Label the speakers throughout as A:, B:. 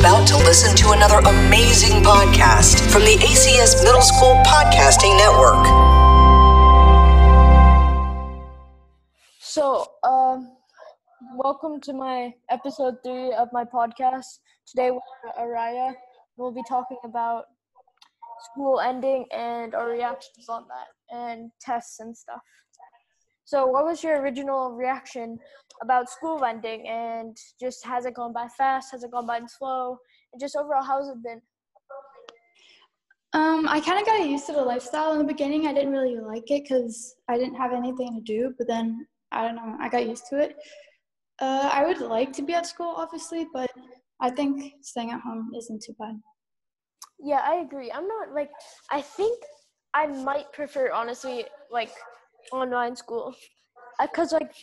A: about to listen to another amazing podcast from the ACS Middle School Podcasting Network.
B: So, um, welcome to my episode three of my podcast. Today we're Araya. We'll be talking about school ending and our reactions on that, and tests and stuff. So, what was your original reaction about school ending, and just has it gone by fast? Has it gone by slow? And just overall, how's it been?
C: Um, I kind of got used to the lifestyle in the beginning. I didn't really like it because I didn't have anything to do. But then I don't know. I got used to it. Uh, I would like to be at school, obviously, but I think staying at home isn't too bad.
B: Yeah, I agree. I'm not like I think I might prefer honestly like online school because like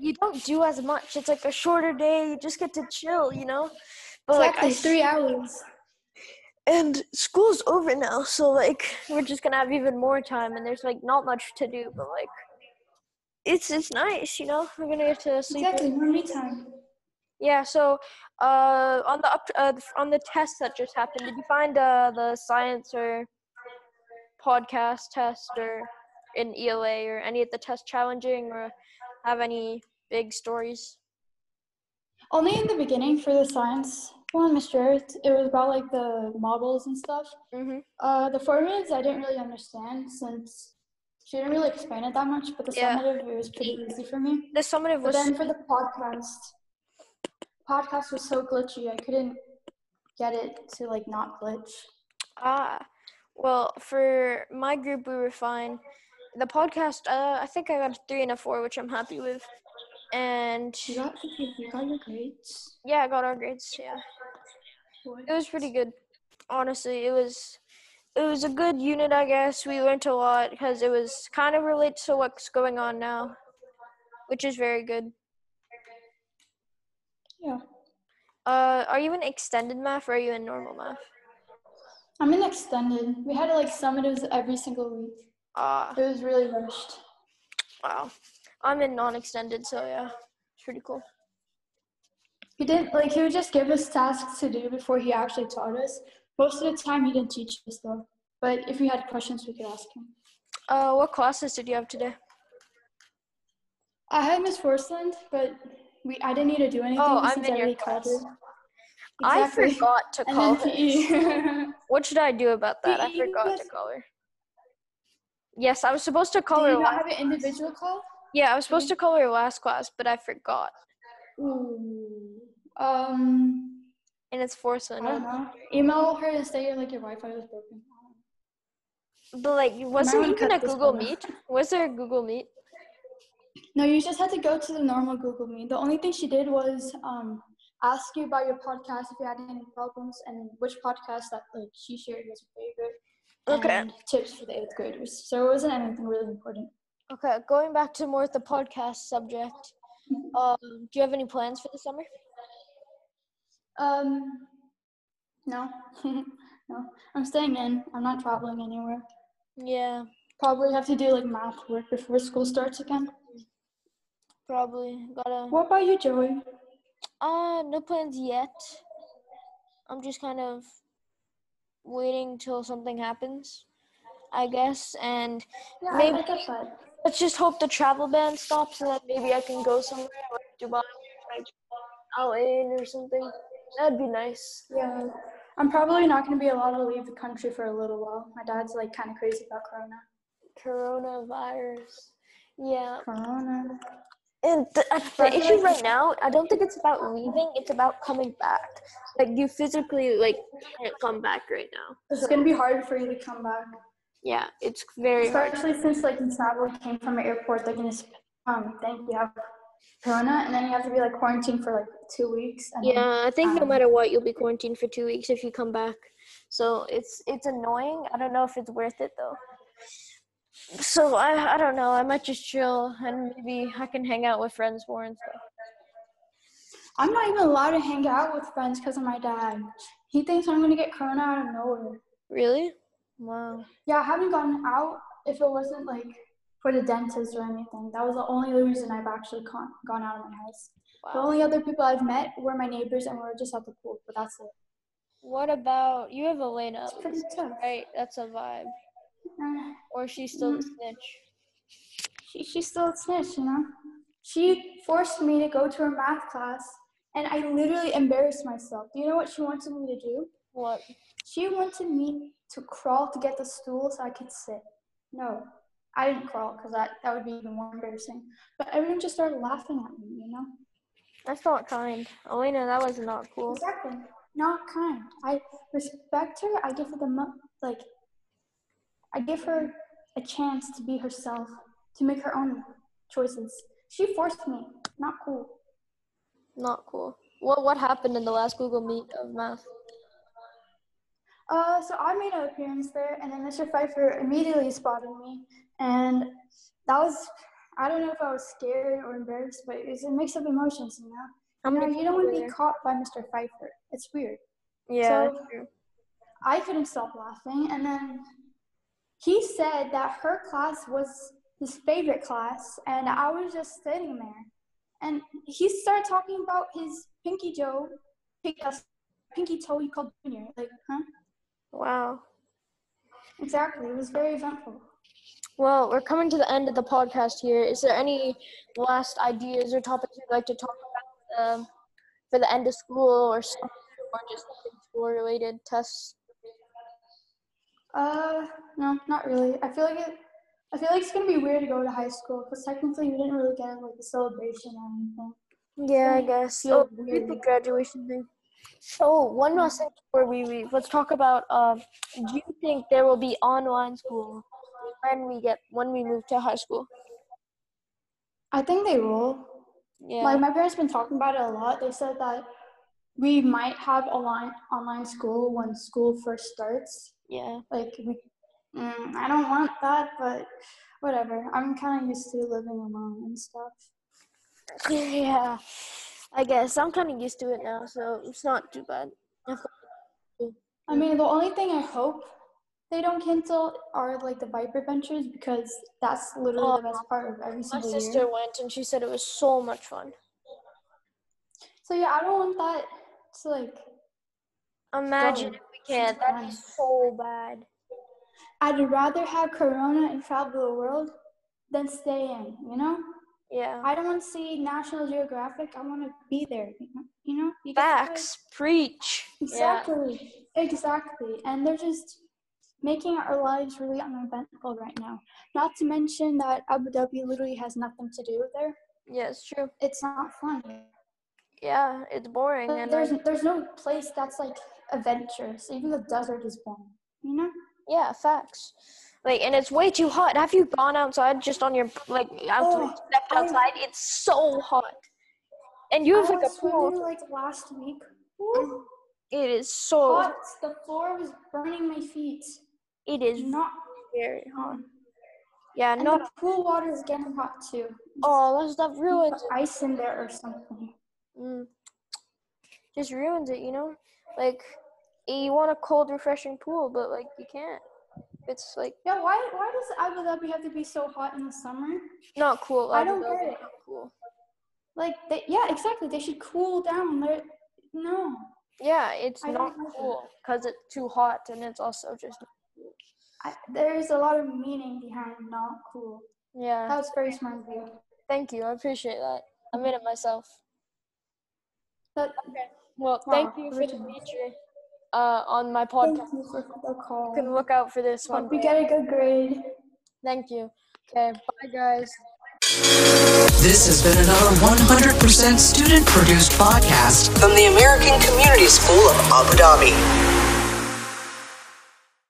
B: you don't do as much. It's like a shorter day. You just get to chill, you know. But like I
C: Exactly, three hours.
B: and school's over now, so like we're just gonna have even more time, and there's like not much to do, but like it's it's nice, you know. We're gonna get to sleep. in.
C: Exactly, more me time.
B: Yeah. So, uh, on the up uh, on the test that just happened, did you find uh the science or podcast test or an ELA or any of the test challenging or have any big stories?
C: Only in the beginning for the science one, Mr. Earth, it was about like the models and stuff.
B: Mm-hmm.
C: Uh, the formulas I didn't really understand since she didn't really explain it that much, but the
B: Yeah.
C: summative it was pretty easy for me.
B: The summative
C: But
B: was
C: then for the podcast, podcast was so glitchy. I couldn't get it to like not glitch.
B: Ah, well, for my group, we were fine. The podcast, uh, I think I got a three and a four, which I'm happy with. And
C: You got you got your grades.
B: yeah, I got our grades. Yeah, it was pretty good. Honestly, it was it was a good unit, I guess. We learned a lot because it was kind of related to what's going on now, which is very good.
C: Yeah.
B: Uh, are you in extended math or are you in normal math?
C: I'm in extended. We had like summatives every single week.
B: Ah,
C: It was really rushed.
B: wow. I'm in non-extended, so yeah, it's pretty cool.
C: He didn't like he would just give us tasks to do before he actually taught us. Most of the time he didn't teach us though. But if we had questions we could ask him.
B: Uh, what classes did you have today?
C: I had Miss Forceland, but we I didn't need to do anything
B: Oh, I'm
C: since
B: in
C: I
B: your
C: already called
B: class.
C: her.
B: I
C: Exactly.
B: forgot to
C: And
B: call
C: then
B: her.
C: PE.
B: What should I do about that? I
C: PE
B: forgot to
C: was-
B: call her. Yes, I was supposed to
C: Do
B: call her.
C: you not
B: Last,
C: have an individual call?
B: yeah, I was supposed to call her last class, but I forgot,
C: Ooh. Um,
B: and it's forced
C: I
B: on
C: don't
B: you.
C: know. Email her and say like your Wi-Fi was broken.
B: But like, was
C: might
B: there
C: wanna
B: even
C: cut
B: a
C: this
B: Google
C: one
B: Meet?
C: out.
B: Was there a Google Meet?
C: No, you just had to go to the normal Google Meet. The only thing she did was um, ask you about your podcast if you had any problems and which podcast that like she shared was your favorite.
B: Okay.
C: And tips for the eighth graders. So it wasn't anything really important.
B: Okay, going back to more of the podcast subject. Um, do you have any plans for the summer?
C: Um, no, no. I'm staying in. I'm not traveling anywhere.
B: Yeah,
C: Probably have to do like math work before school starts again.
B: probably. Gotta.
C: What about you, Joey?
B: Uh, no plans yet. I'm just kind of waiting till something happens, I guess. And
C: Yeah,
B: Maybe-
C: I get that.
B: let's just hope the travel ban stops and then maybe I can go somewhere like Dubai, like Al Ain or something. That'd be nice.
C: Yeah, I'm probably not going to be allowed to leave the country for a little while. My dad's like kind of crazy about Corona.
B: Coronavirus. Yeah.
C: Corona.
B: And the, uh,
C: But
B: the
C: I feel
B: issue
C: like-
B: right now, I don't think it's about leaving, it's about coming back. Like you physically like can't come back right now.
C: It's going to be hard for you to come back,
B: Yeah, it's very hard.
C: especially since like you travel came from an airport. They're going to um think you have Corona, and then you have to be like quarantined for like two weeks. And then-
B: Yeah, I think no
C: um,
B: matter what, you'll be quarantined for two weeks if you come back. So it's it's annoying. I don't know if it's worth it though. So I I don't know. I might just chill and maybe I can hang out with friends more and stuff.
C: I'm not even allowed to hang out with friends because of my dad. He thinks I'm going to get Corona out of nowhere.
B: Really? Wow.
C: Yeah, I haven't gone out if it wasn't like for the dentist or anything. That was the only reason I've actually con- gone out of my house.
B: Wow.
C: The only other people I've met were my neighbors, and we were just at the pool. But that's it.
B: What about you have Elena?
C: It's pretty tough.
B: Right, that's a vibe.
C: Uh,
B: Or she's still a
C: Mm.
B: snitch.
C: she, she's still a snitch, you know? She forced me to go to her math class, and I literally embarrassed myself. Do you know what she wanted me to do?
B: What?
C: She wanted me to crawl to get the stool so I could sit. No, I didn't crawl because that, that would be even more embarrassing. But everyone just started laughing at me, you know?
B: That's not kind. Elena, that was not cool.
C: Exactly. Not kind. I respect her. I give her the mo- like. I give her a chance to be herself, to make her own choices. She forced me. Not cool.
B: Not cool. What what happened in the last Google Meet of math?
C: Uh, so I made an appearance there, and then Mr. Pfeiffer immediately spotted me, and that was. I don't know if I was scared or embarrassed, but it was a mix of emotions, you know.
B: How
C: You, know,
B: people
C: you don't want
B: were
C: to be
B: there?
C: caught by Mr. Pfeiffer. It's weird.
B: Yeah,
C: so-
B: that's true.
C: I couldn't stop laughing. And then he said that her class was his favorite class, and I was just sitting there. And he started talking about his Pinky Joe, Pinky, uh, pinky Toe you called Junior. Like, huh?
B: Wow.
C: Exactly. It was very eventful.
B: Well, we're coming to the end of the podcast here. Is there any last ideas or topics you'd like to talk about um, for the end of school or summer or just school related tests?
C: Uh, no, not really. I feel like it. I feel like it's gonna be weird to go to high school because technically you didn't really get like the celebration or anything.
B: Yeah,
C: I
B: guess.
C: Yeah,
B: Oh,
C: really.
B: the graduation thing. Oh, one last thing before we leave. Let's talk about. Um, do you think there will be online school when we get when we move to high school?
C: I think they will.
B: Yeah.
C: Like my parents been talking about it a lot. They said that we might have online online school when school first starts.
B: yeah.
C: Like we, mm, I don't want that, but whatever. I'm kind of used to living alone and stuff.
B: yeah. I guess I'm kind of used to it now, so it's not too bad.
C: I mean, the only thing I hope they don't cancel are like the Viper Ventures because that's literally the best part of every
B: My
C: single
B: sister
C: year.
B: went and she said it was so much fun.
C: So yeah, I don't want that to like.
B: Imagine if we can't. That'd be
C: Fun.
B: so bad.
C: I'd rather have Corona and travel the world than stay in. You know.
B: Yeah.
C: I don't want to see National Geographic. I want to be there. You know, you know. You get to go-
B: Facts. Preach.
C: Exactly. Exactly. And they're just making our lives really uneventful right now. Not to mention that Abu Dhabi literally has nothing to do there.
B: Yeah. yeah, it's true.
C: It's not fun.
B: Yeah, it's boring.
C: But
B: And I-
C: there's there's no place that's like adventurous. Even the desert is boring. You know.
B: Yeah, facts. Like, and it's way too hot. Have you gone outside just on your like out
C: Oh,
B: stepped
C: I-
B: outside? It's so hot, and you have
C: I
B: like a
C: was swimming,
B: pool.
C: like last week.
B: Mhm. It is so.
C: Hot. The floor was burning my feet.
B: It is
C: Not
B: very hot.
C: on.
B: Yeah,
C: And
B: not.
C: the pool water is getting hot too.
B: Oh, that stuff ruins
C: Put ice in there or something.
B: it. Mm. Just ruins it, you know. Like, you want a cold, refreshing pool, but like you can't. It's like
C: Yeah, why why does Abu Dhabi have to be so hot in the summer?
B: not cool.
C: I
B: Abu
C: don't
B: Dhabi,
C: get it.
B: Not cool.
C: Like they, yeah, exactly. They should cool down. They're, no.
B: Yeah, it's
C: I
B: not
C: don't like it.
B: cool because it's too hot, and it's also just
C: I, there's a lot of meaning behind not cool.
B: yeah.
C: That was very smart of you.
B: Thank you. I appreciate that. I made it myself.
C: But
B: Well,
C: Wow,
B: thank you for the
C: original.
B: feature uh, on my
C: thank
B: podcast.
C: you for the
B: You can
C: call.
B: look out for this one.
C: Hope you
B: day.
C: get a good grade.
B: Thank you. Okay, bye, guys.
A: This has been another 100% student produced podcast from the American Community School of Abu Dhabi.